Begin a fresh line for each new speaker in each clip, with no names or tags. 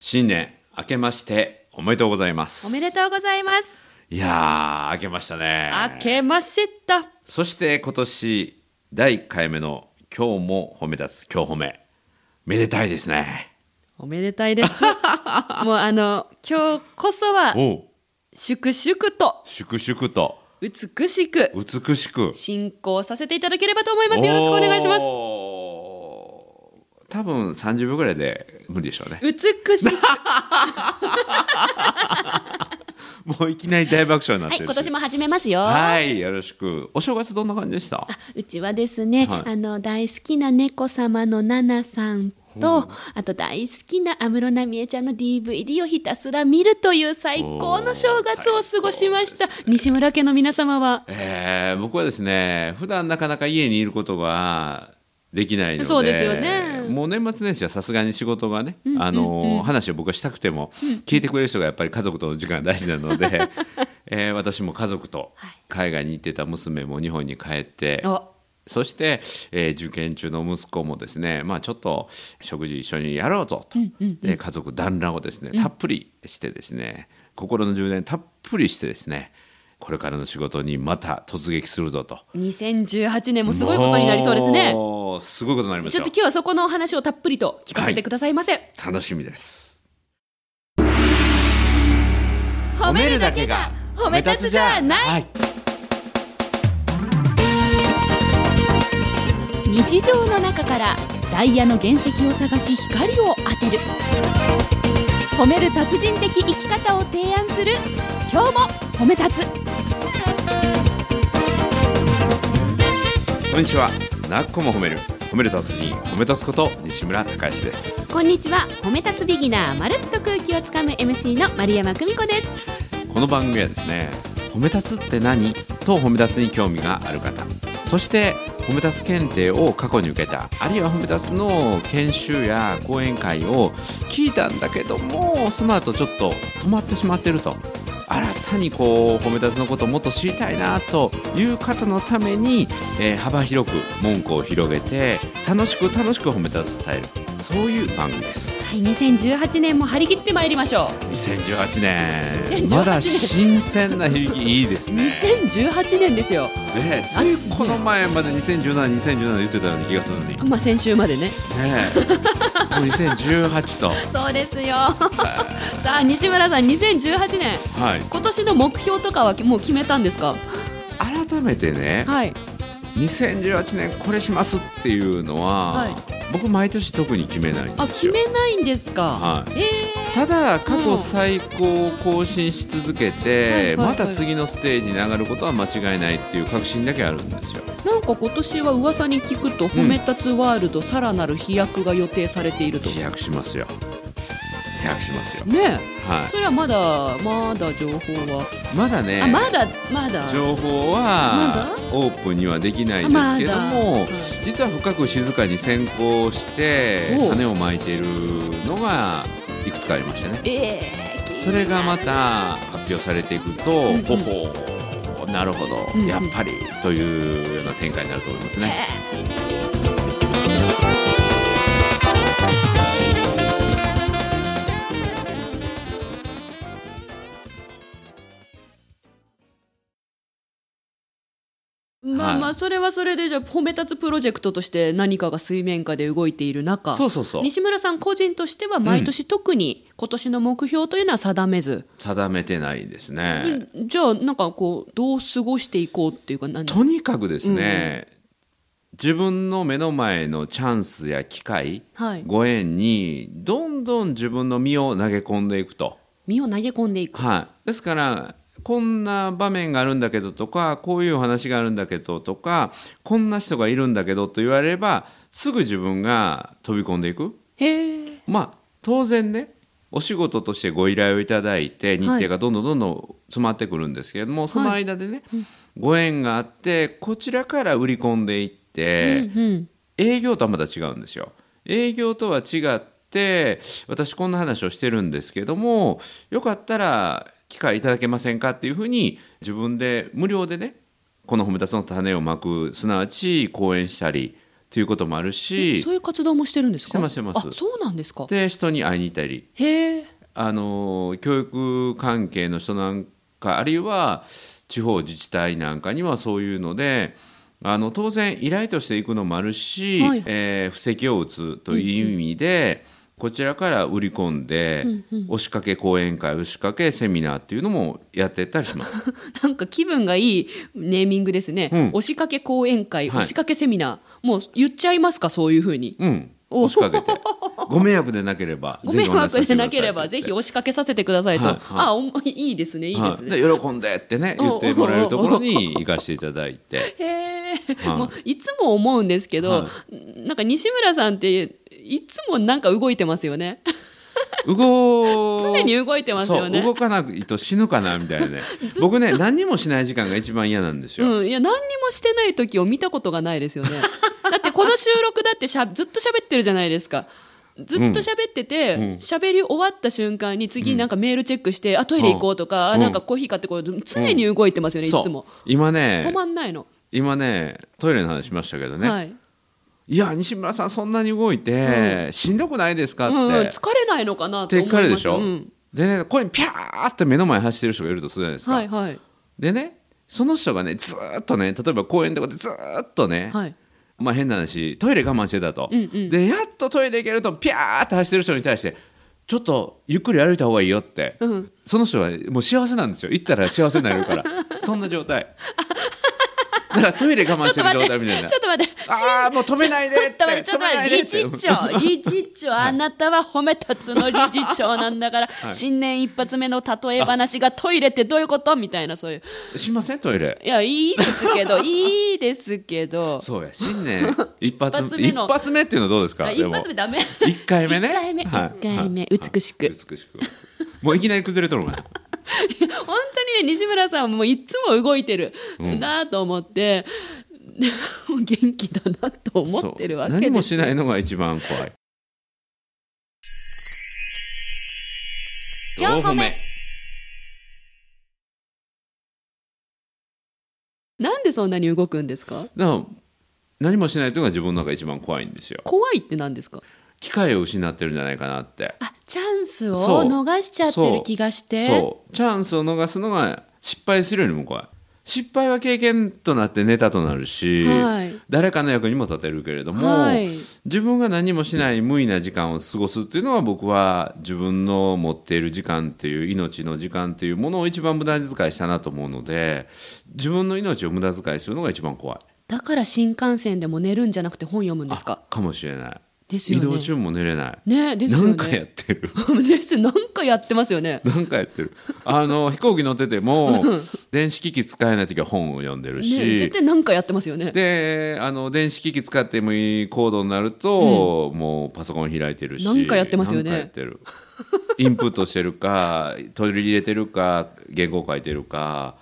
新年明けましておめでとうございます。
おめでとうございます。
いやー、明けましたね。
明けました。
そして今年第1回目の今日も褒め立つ今日褒め。めでたいですね。
おめでた いです。もうあの、今日こそは、
おう、
粛々と、
粛々と
美しく、
美しく。
進行させていただければと思います。よろしくお願いします。
おー。多分30分ぐらいで無理でしょうね。
美 しく。
もういきなり大爆笑になっ
は
てるし。
い、今年も始めますよ。
はい、よろしく。お正月どんな感じでした
うちはですね、
はい
あの大好きな猫様のナナさんとあと大好きな安室奈美恵ちゃんの DVD をひたすら見るという最高の正月を過ごしました、
おー最高です
西村家の皆様は
えー僕はですね普段なかなか家にいることができないので
そうですよね
もう年末年始はさすがに仕事がね、あの話を僕はしたくても、聞いてくれる人がやっぱり家族との時間が大事なの で、えー私も家族と海外に行ってた娘も日本に帰って、
お
そして、えー受験中の息子もですね、まあ、ちょっと食事一緒にやろうぞと、で家族団らんをですねたっぷりしてですね、心の充電たっぷりしてですねこれからの仕事にまた突撃するぞと
2018年もすごいことになりそうですね
もうすごいことになります
ちょ
よ
っと今日はそこのお話をたっぷりと聞かせてくださいませ、
楽しみです
褒めるだけが褒め立つじゃない、
はい
日常の中からダイヤの原石を探し光を当てる褒める達人的生き方を提案する今日も褒め立つ
こんにちはなっこも褒める褒める達人褒め立つこと西村孝之です
こんにちは褒め立つビギナーまるっと空気をつかむ MC の丸山久美子です
この番組はですね褒め立つって何と褒め立つに興味がある方そして褒め立つ検定を過去に受けたあるいは褒め立つの研修や講演会を聞いたんだけどもその後ちょっと止まってしまってると新たにこう褒め立つのことをもっと知りたいなという方のために、えー幅広く門戸を広げて楽しく楽しく褒め立つスタイルそういう番組です。
はい2018年も張り切ってまいりましょ
2018年
2018年
まだ新鮮な響きいいです
う
ね
2018年ですよ
ね
あ
ついこの前まで2017、2017言ってたような気がするのに、ね
まあ先週までね
え、もう2018と、
そうですよさあ西村さん2018年
はい、
今年の目標とかはもう決めたんですか
改めてね、
はい
2018年これしますっていうのは、
はい
僕、毎年特に決めないん
あ
で
決
すよ。
めないんですか、
はい
ええ
ただ過去最高を更新し続けて、
はいはいはい
また次のステージに上がることは間違いないっていう確信だけあるんですよ。
なんか今年は噂に聞くと褒め立つワールドさらなる飛躍が予定されていると、
飛躍しますよ。飛躍しますよ。
ね
は
えそれはまだまだ情報は、
い。まだね。
あまだまだ
情報
ま
は
だ
オープンにはできない
あ
で
ます
け
だ
ど
は
も
い、
実は深く静かに先行して
おう
種をまいているのがいくつかありましてね
ええ気になる
それがまた発表されていくと、
うんうん
ほほーなるほど、
うんうん
やっぱりというような展開になると思いますね。
ま
は
あ
い
まあそれはそれでじゃあ褒め立つプロジェクトとして何かが水面下で動いている中
そうそうそう
西村さん個人としては毎年特に今年の目標というのは定めず、
定めてないですね。
うんじゃあなんかこうどう過ごしていこうっていうか何
とにかくですね、自分の目の前のチャンスや機会、
はい
ご縁にどんどん自分の身を投げ込んでいくと。
身を投げ込んでいく
はい、ですからこんな場面があるんだけどとかこういうお話があるんだけどとかこんな人がいるんだけどと言われればすぐ自分が飛び込んでいく
へえ
まあ当然ねお仕事としてご依頼をいただいて日程がどんどんどんどん詰まってくるんですけれども、その間でね、ご縁があってこちらから売り込んでいって、
うんうん、
営業とはまた違うんですよ。営業とは違って私こんな話をしてるんですけどもよかったら機会いただけませんかっていうふうに自分で無料でねこの褒めたつの種をまくすなわち講演したりということもある
え
し
そういう活動もしてるんですか
してますしてます
あそうなんですか
で人に会いに行ったり
へえ
あの教育関係の人なんかあるいは地方自治体なんかにはそういうのであの当然依頼としていくのもあるし、
はい
えー布石を打つという意味で、こちらから売り込んで、
うんうん
押しかけ講演会押しかけセミナーっていうのもやってたりします。
なんか気分がいいネーミングですね。
うん
押しかけ講演会、
はい
押しかけセミナー。もう言っちゃいますか、そういうふうに。
うん、
お
押しかけてご迷惑でなければ
ご迷惑でなければ、ぜひ
お願いさせてくださいって言って
押しかけさ
はい
せてくださいと。
はい
あおん、 いいですね、いいですね。
はいで喜んでってね言ってもらえるところに行かせていただい て
へえ、
はい
もういつも思うんですけど、
は
なんか西村さんっていつもなんか動いてますよね。
動
常に動いてますよ
そう動
ね。
かないと死ぬかなみたい なね僕ね何にもしない時間が一番嫌なんですよ、
うん、いや何にもしてない時を見たことがないです よね。だってこの収録だってしゃずっと喋ってるじゃないですか。ずっと喋ってて
うん
喋、り終わった瞬間に次なんかメールチェックして、あトイレ行こうとか、あ
うん
なんかコーヒー買ってこようと常に動いてますよね、いつ
そ
も
う今ね
止まんないの、
今ねトイレの話しましたけどね、、
はいい、
や西村さんそんなに動いて、しんどくないですか
う
って、
ん、疲れないのかなと
で
思い
っ
ます
かりでしょ、
うん、
でねこれにピャーって目の前走ってる人がいるとするじゃないですか、
はいはい
でねその人がねずーっとね例えば公園とかでずーっとね、
はい
まあ変な話トイレ我慢してたと、
うんうん
でやっとトイレ行けるとピャーって走ってる人に対してちょっとゆっくり歩いた方がいいよって、
うん
その人はもう幸せなんですよ行ったら幸せになれる からそんな状態だからトイレ我慢
ちょ
し
ってと
る
待
状
って、
態みたいな
ちょっと待って。
ああもう止めないでって
ちょっと待って、ちょ
止
っと
めな
待
いで
っ、
ってて
理事長、理事長、あなたは褒め立つの理事長なんだから、
い
新年一発目の例え話がトイレってどういうことみたいな、そういう。
しませんトイレ
いや、いいですけ ど、いいですけど、
そうや新 年一発
一発
一
目の
発目っていうのはどうですか
あ
で
一
も
発目ダメ。
一回目ね
一回目、一
はい
回目、
はい
美しく。
美しくもういきなり崩れとるもんね
本当にね、西村さんはもういつも動いてる
うん
なぁと思って、 元気だなと思ってるわけ
そう
で
何
す。
もしないのが一番怖い
四歩目
なんでそんなに動くんですか
だから何もしないというのが自分の中で一番怖いんですよ
怖いって何ですか
機会を失ってるんじゃないかなって
あチャンスを
そう
逃しちゃってる気がして
そうチャンスを逃すのが失敗するよりも怖い失敗は経験となってネタとなるし、
はい
誰かの役にも立てるけれども、
はい
自分が何もしない無意な時間を過ごすっていうのは僕は自分の持っている時間っていう命の時間っていうものを一番無駄に遣いしたなと思うので自分の命を無駄遣いするのが一番怖い
だから新幹線でも寝るんじゃなくて本読むんですか
かもしれない、
です
移
よね
動中も寝れない、
ねですよ
何
ね
回やってる
ですなんかやってますよね
何回やってるあの飛行機乗ってても電子機器使えない時は本を読んでる
ね
し、
絶対なんかやってますよね
であの電子機器使ってもいいコードになると、もうパソコン開いてるし
なんかやってますよね
なんかやってるインプットしてる か取り入れてるか原稿書いてるか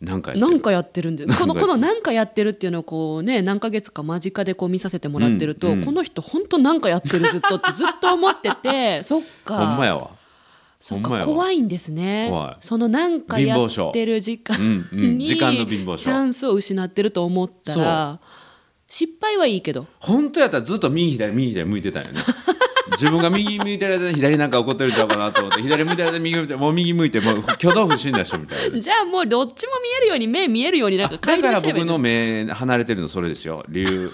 なんかやって
な
る
んかやってるんで
なん
こ
かやっ
の
てる
このなんかやってるっていうのをこうね何ヶ月か間近でこう見させてもらってると、
うんうん
この人本当なんかやってるずっとってずっと思っててそっか
ほんまやわ
そっ
ほんま
か
やわ
怖いんですね
怖い
そのなんかやってる時間
貧乏症うんうん
に
時間の貧乏症
チャンスを失ってると思ったら失敗はいいけど
本当やったらずっと右左右左向いて たよね自分が右向いてる間に左なんか起こってるんちゃうかなと思って左向いてる間に右向いてもう右向いてもう挙動不審な人みたいな
じゃあもうどっちも見えるように目見えるようになんか
だ
改
か
良
ら
してればい
僕
い
の目離れてるのそれですよ理由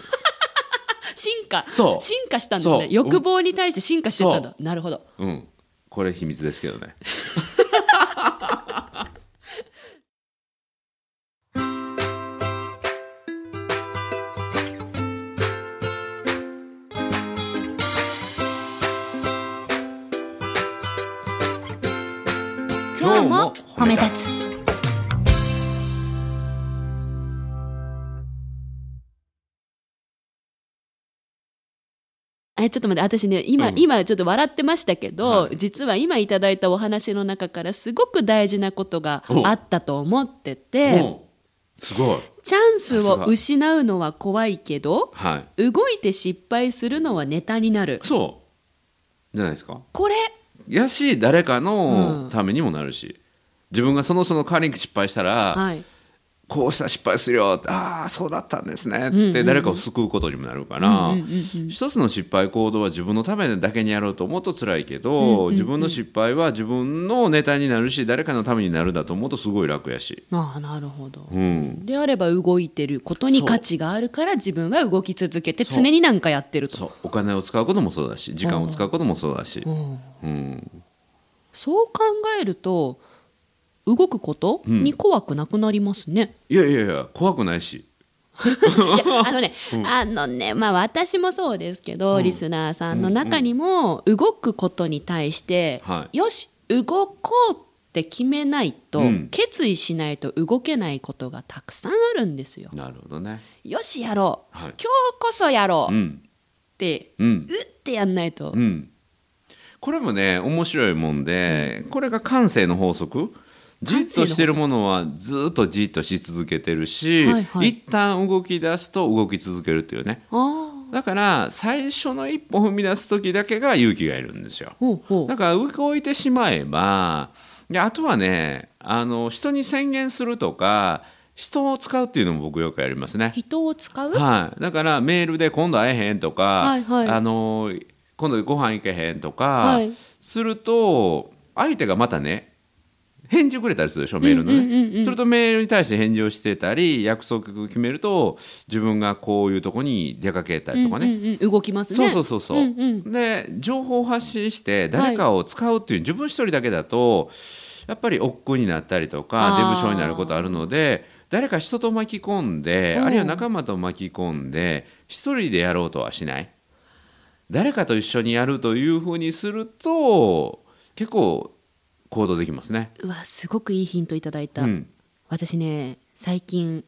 進化
そう
進化したんです
そう
ね欲望に対して進化してったんだなるほど
うんこれ秘密ですけどね
今日も褒め立つ
えちょっと待って私ね今、
うん
今ちょっと笑ってましたけど、
はい
実は今いただいたお話の中からすごく大事なことがあったと思ってて
うんすごい
チャンス
さす
を
が
失うのは怖いけど
はい
動いて失敗するのはネタになる
そうじゃないですか
これ
やし誰か
う
の
ん
ためにもなるし、自分がそのその代わりに失敗したら、
はい
こうした失敗するよってああそうだったんですね
んうんう
っ
ん
て誰かを救うことにもなるから、
うんうんうんうん
一つの失敗行動は自分のためだけにやろうと思うと辛いけど、自分の失敗は自分のネタになるし誰かのためになるだと思うとすごい楽やし。
ああなるほど、
うん
であれば動いてることに
そう
価値があるから自分は動き続けて
そう
常に何かやってると
そうお金を使うこともそうだし時間を使うこともそうだし、
うん
うん、
そう考えると動くことに怖くなくなりますね、
いやいやいや怖くないし
いやあのね、あのね、まあ私もそうですけど、リスナーさんの中にも、動くことに対して、
は
よし、動こうって決めないと、
うん
決意しないと動けないことがたくさんあるんですよ。
なるほどね
よし、やろう、
はい
今日こそやろ
う
うっ
ん
て、
うん
うってやんないと、
うん、これもね面白いもんで、これが感性の法則じっとしてるものはずっとじっとし続けてるし、
はいはい
一旦動き出すと動き続けるっていうね
ああ、
だから最初の一歩踏み出す時だけが勇気がいるんですよ
ほうほう
だ。から動いてしまえばであとはねあの人に宣言するとか人を使うっていうのも僕よくやりますね
人を使う、
はい、だからメールで今度会えへんとか、
はいはい
あのー今度ご飯行けへんとか、
はい
すると相手がまたね返事くれたりするでしょメールのね、
うんうんうんうん
するとメールに対して返事をしてたり約束を決めると自分がこういうとこに出かけたりとかね、
うんうんうん動きますね。
そうそうそうそう、
んうん
で情報を発信して誰かを使うっていう、自分一人だけだとやっぱり億劫になったりとか
あー
デブ症になることあるので誰か人と巻き込んで
うん
あるいは仲間と巻き込んで一人でやろうとはしない誰かと一緒にやるというふうにすると結構行動できますね。
うわ、すごくいいヒントいただいた。
うん
私ね最近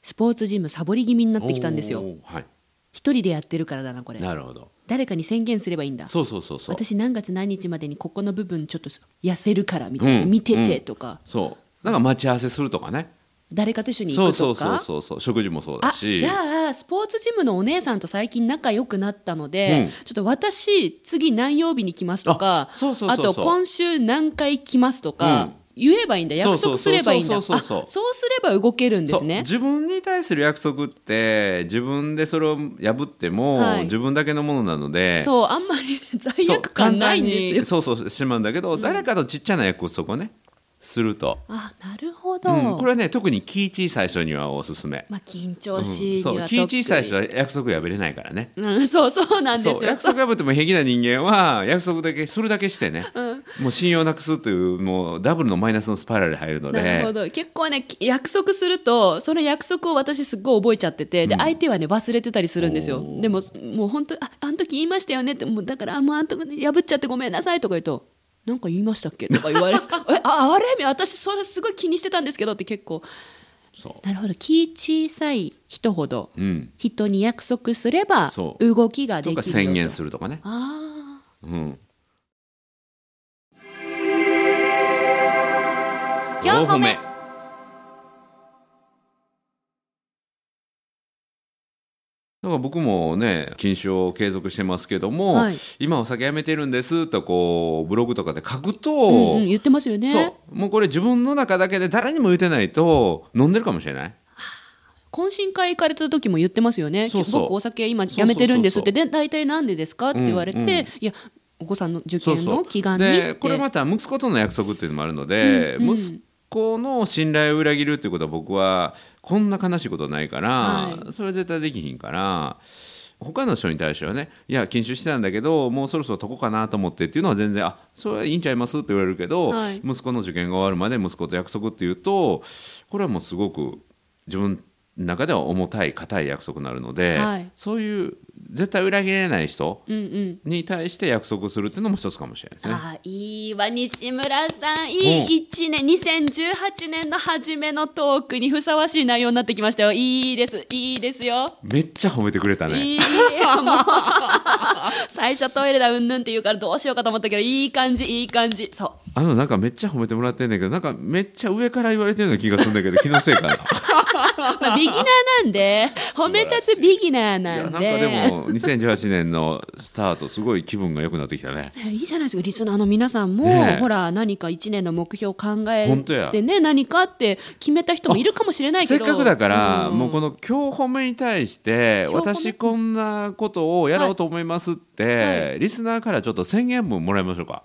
スポーツジムサボり気味になってきたんです
お
よ
ーはい、
一人でやってるからだなこれ
なるほど。
誰かに宣言すればいいんだ
そうそうそうそう。
私何月何日までにここの部分ちょっと痩せるからみたいな、
うん
見ててとか、
そう。なんか待ち合わせするとかね。
誰かと一緒に
そ
行
う
く
そ
と
うそう
か
そうそう。食事もそうだ
あ
し。
じゃあスポーツジムのお姉さんと最近仲良くなったので、
う
ちょっと私次何曜日に来ますとか
あそうそうそうそう
あと今週何回来ますとか、
うん
言えばいいんだ約束すればいいんだ
そう
あ
そうそうそうそうそう
そうすれば動けるんで
そう
すね
自分に対する約束って自分でそれを破っても、
はい
自分だけのものなので
そうあんまり罪
そう
悪感ないんですよ
簡単にそうそうしまうんだけど、誰かとちっちゃな約束をねすると、
あなるほ
う
ど、
ん、これはね特に気小さい人にはおすすめ、
まあ緊張
うん
しいに
そ
は、
う気小さい人は約束破れないからね
うん、そうそうなんで
そう
すよ
約束破っても平気な人間は約束だけするだけしてね、もう信用なくすというもうダブルのマイナスのスパイラルに入るので
なるほど結構ね約束するとその約束を私すっごい覚えちゃっててで、相手はね忘れてたりするんですよ
おー
でももう本当にああの時言いましたよねってもうだからあもうあの時破っちゃってごめんなさいとか言うとなんか言いましたっけとか言われ るえああれ私それすごい気にしてたんですけどって結構
そ
なるほど気小さい人ほど
う、うん、
人に約束すれば
そう
動きがで
と
きる
か
よと
宣言するとかね
ああ
うん。
4歩目
だから僕もね禁酒を継続してますけども、
はい
今お酒やめてるんですとこうブログとかで書くと、
うんうん、言ってますよね
そうもうこれ自分の中だけで誰にも言ってないと飲んでるかもしれない
懇親会行かれた時も言ってますよね
そうそう
僕お酒今やめてるんですっ
そ
て
う
で大体なんでですかって言われて、
うんうん
いやお子さんの受
そう
験
そ
の
う
祈願にって
でこれまた息子との約束っていうのもあるので、
うんうん
息子の信頼を裏切るっていうことは僕はこんな悲しいことないから、
は
それは絶対できひんから他の人に対してはねいや禁酒してたんだけどもうそろそろ解こうかなと思ってっていうのは全然あそれはいいんちゃいますって言われるけど、
はい
息子の受験が終わるまで息子と約束っていうとこれはもうすごく自分の中では重たい硬い約束になるので、
はい
そういう絶対裏切れない人
うんうん
に対して約束するっていうのも一つかもしれないですね。
あーいいわ西村さ
う
ん
ん
いい1年2018年の初めのトークにふさわしい内容になってきましたよいいですいいですよ、
めっちゃ褒めてくれたね。
いい よもう最初トイレだうんぬんって言うからどうしようかと思ったけどいい感じいい感じそう
あの、なんかめっちゃ褒めてもらってんだけど、なんかめっちゃ上から言われてるような気がするんだけど、気 のせいかな。
まあ、ビギナーなんで、褒め立つビギナ
いや
ーな
なん
ん
か
で、
でももう2018年のスタートすごい気分が良くなってきたね
ねいいじゃないですかリスナーの皆さんも、
ねえ
ほら何か1年の目標を考え
本当や
てね何かって決めた人もいるかもしれないけ
せっ
ど
かくだから、
ん
もうこの今日褒めに対して
今日褒め
私こんなことをやろうと思いますって、
は
リスナーからちょっと宣言文もらいましょうか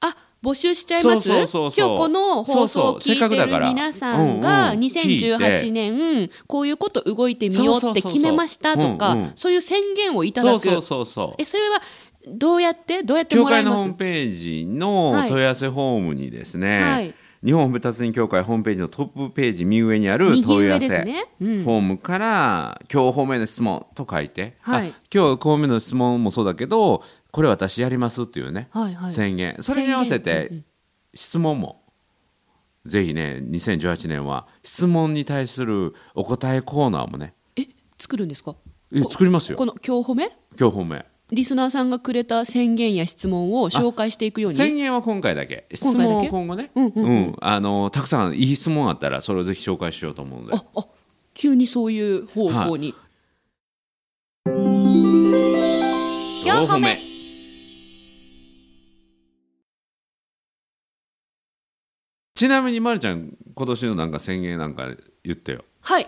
あ募集しちゃいます
そうそうそうそう
今日この放送
そうそう
を聞
せっか
い
く
て
だか
る
ら
皆さんが
うんうん聞いて
2018年こういうこと動いてみよう
そうそ
っ
う
て
そうそう
決めましたと
うんうん
かそういう宣言をいた
そう
だく
そうそうそう
えそれはどうやってどうやって
協
もら
会
い
の
ま
ホー
す
ムページの
はい
問い合わせフォームにですね、
はい
日本ホーム達人協会ホームページのトップページ右上にある
右
問い合
上
わ
で
せ、
すね、う
フォ
ん、
ームから「今日方面の質問」と書いて、
はい
あ今日方面の質問もそうだけどこれ私やりますっていうね、
はいはい
宣言それに合わせて質問も、ぜひね2018年は質問に対するお答えコーナーもね
え作るんですか
え作りますよ
この今日褒め
今日方面
リスナーさんがくれた宣言や質問を紹介していくように
宣言は今回だけ質
今回だけ
問を今後ね
うんうんうん
うんあのたくさんいい質問あったらそれをぜひ紹介しようと思うので
ああ急にそういう方向に、
4本目ちなみにまるちゃん今年のなんか宣言なんか言ってよ、
はい、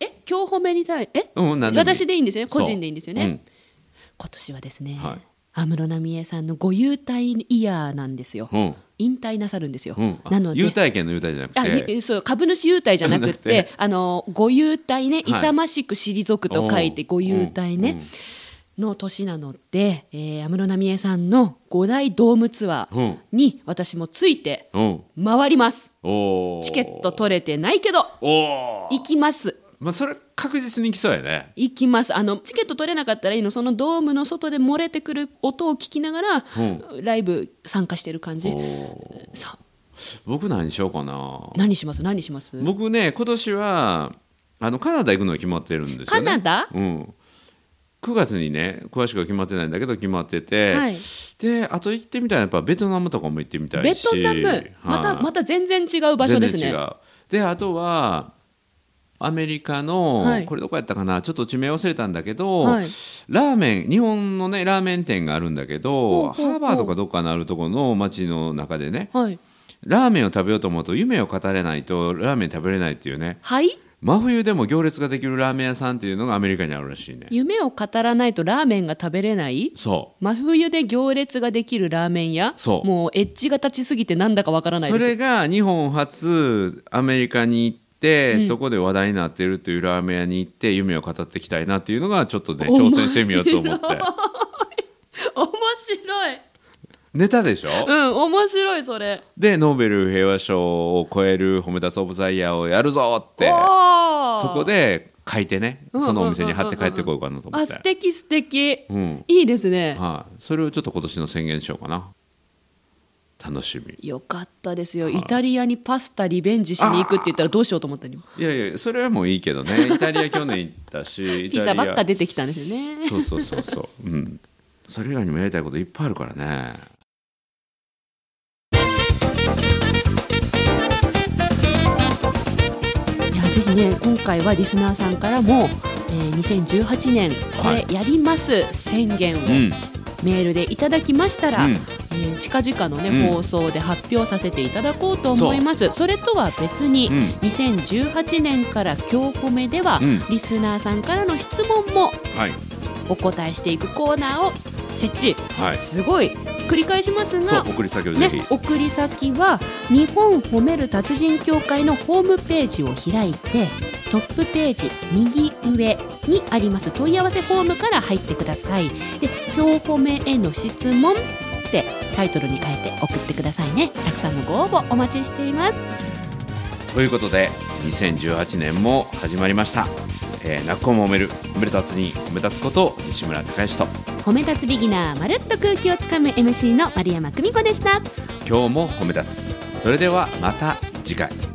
え今日褒めに対え
うん、何もいい
私でいいんですよね個人でいいんですよね、
そううん
今年はですね、
はい
安室奈美恵さんのご優待イヤーなんですよ、
うん
引退なさるんですよ、
うん、あ
なので
優待券の優待じゃなく
あ
て
いそう株主優待じゃなく
じゃな
って
くて
あのご優待ね
い
勇ましく退くと書いて
おう
ご優待
うんう
ね
ん
の年なので、えー、安室奈美恵さんの5大ドームツアーに私もついて
うん
回ります
おー
チケット取れてないけど
おー
行きます
まあそれ確実に来そうやね
行きますあのチケット取れなかったらいいのそのドームの外で漏れてくる音を聞きながら、
う
ライブ参加してる感じ
おー
さ
僕何しようかな
何します何します
僕ね今年はあのカナダ行くのが決まってるんですよね
カナダ
うん9月にね詳しくは決まってないんだけど決まってて、
はい
であと行ってみたいのはやっぱベトナムとかも行ってみた
ベ
いし
トナム、またまた全然違う場所です
全然違
ね
うであとはアメリカの、
はい
これどこやったかなちょっと地名忘れたんだけど、
はい
ラーメン日本のねラーメン店があるんだけど
ほうほうほ
ハ
う
ーバードかどっかのあるところの街の中でね
はい
ラーメンを食べようと思うと夢を語れないとラーメン食べれないっていうね
はい
真冬でも行列ができるラーメン屋さんっていうのがアメリカにあるらしいね
夢を語らないとラーメンが食べれない
そ
真冬で行列ができるラーメン屋
そう
もうエッジが立ちすぎてなんだかわから
う
ない
そ
です
れが日本初アメリカに行って、そこで話題になってるというラーメン屋に行って夢を語っていきたいなっていうのがちょっとね挑戦してみようと思って
面白い
ネタでしょ、
うん面白いそれ
でノーベル平和賞を超える褒めたつオブザイヤーをやるぞって
そ
そこで書いてね
うんうんう
そ
んうん
のお店に貼って帰ってこようかなと思
あ
っ
素
て、
敵素敵
うん
いいですね
はい、それをちょっと今年の宣言しようかな楽しみ
よかったですよイタリアにパスタリベンジしに行くって言ったらどうしようと思ったのに
いやいやそれはもういいけどねイタリア去年行ったしイタ
ピ
リ
ザ
ア
ばっか出てきたんですよね
そうそうそうそううんそれ以外にもやりたいこといっぱいあるからね
いやぜひね今回はリスナーさんからも、えー2018年こ
は
れ
い
やります宣言を
うん
メールでいただきましたら、
うん
えー近々の、ね
うん
放送で発表させていただこうと思いますそれとは別に、
うん
2018年から今日褒めでは、
うん
リスナーさんからの質問も
はい
お答えしていくコーナーを設置、
はい
すごい繰り返しま
そ
すが
う送り先をぜひ、
ね、送り先は日本褒める達人協会のホームページを開いてトップページ右上にあります問い合わせフォームから入ってくださいで「今日褒めへの質問」ってタイトルに書いて送ってくださいねたくさんのご応募お待ちしています
ということで2018年も始まりましたえー、泣く子も褒める褒め立つに褒め立つこと西村孝之と
褒め立つビギナーまるっと空気をつかむ MC の丸山久美子でした
今日も褒め立つそれではまた次回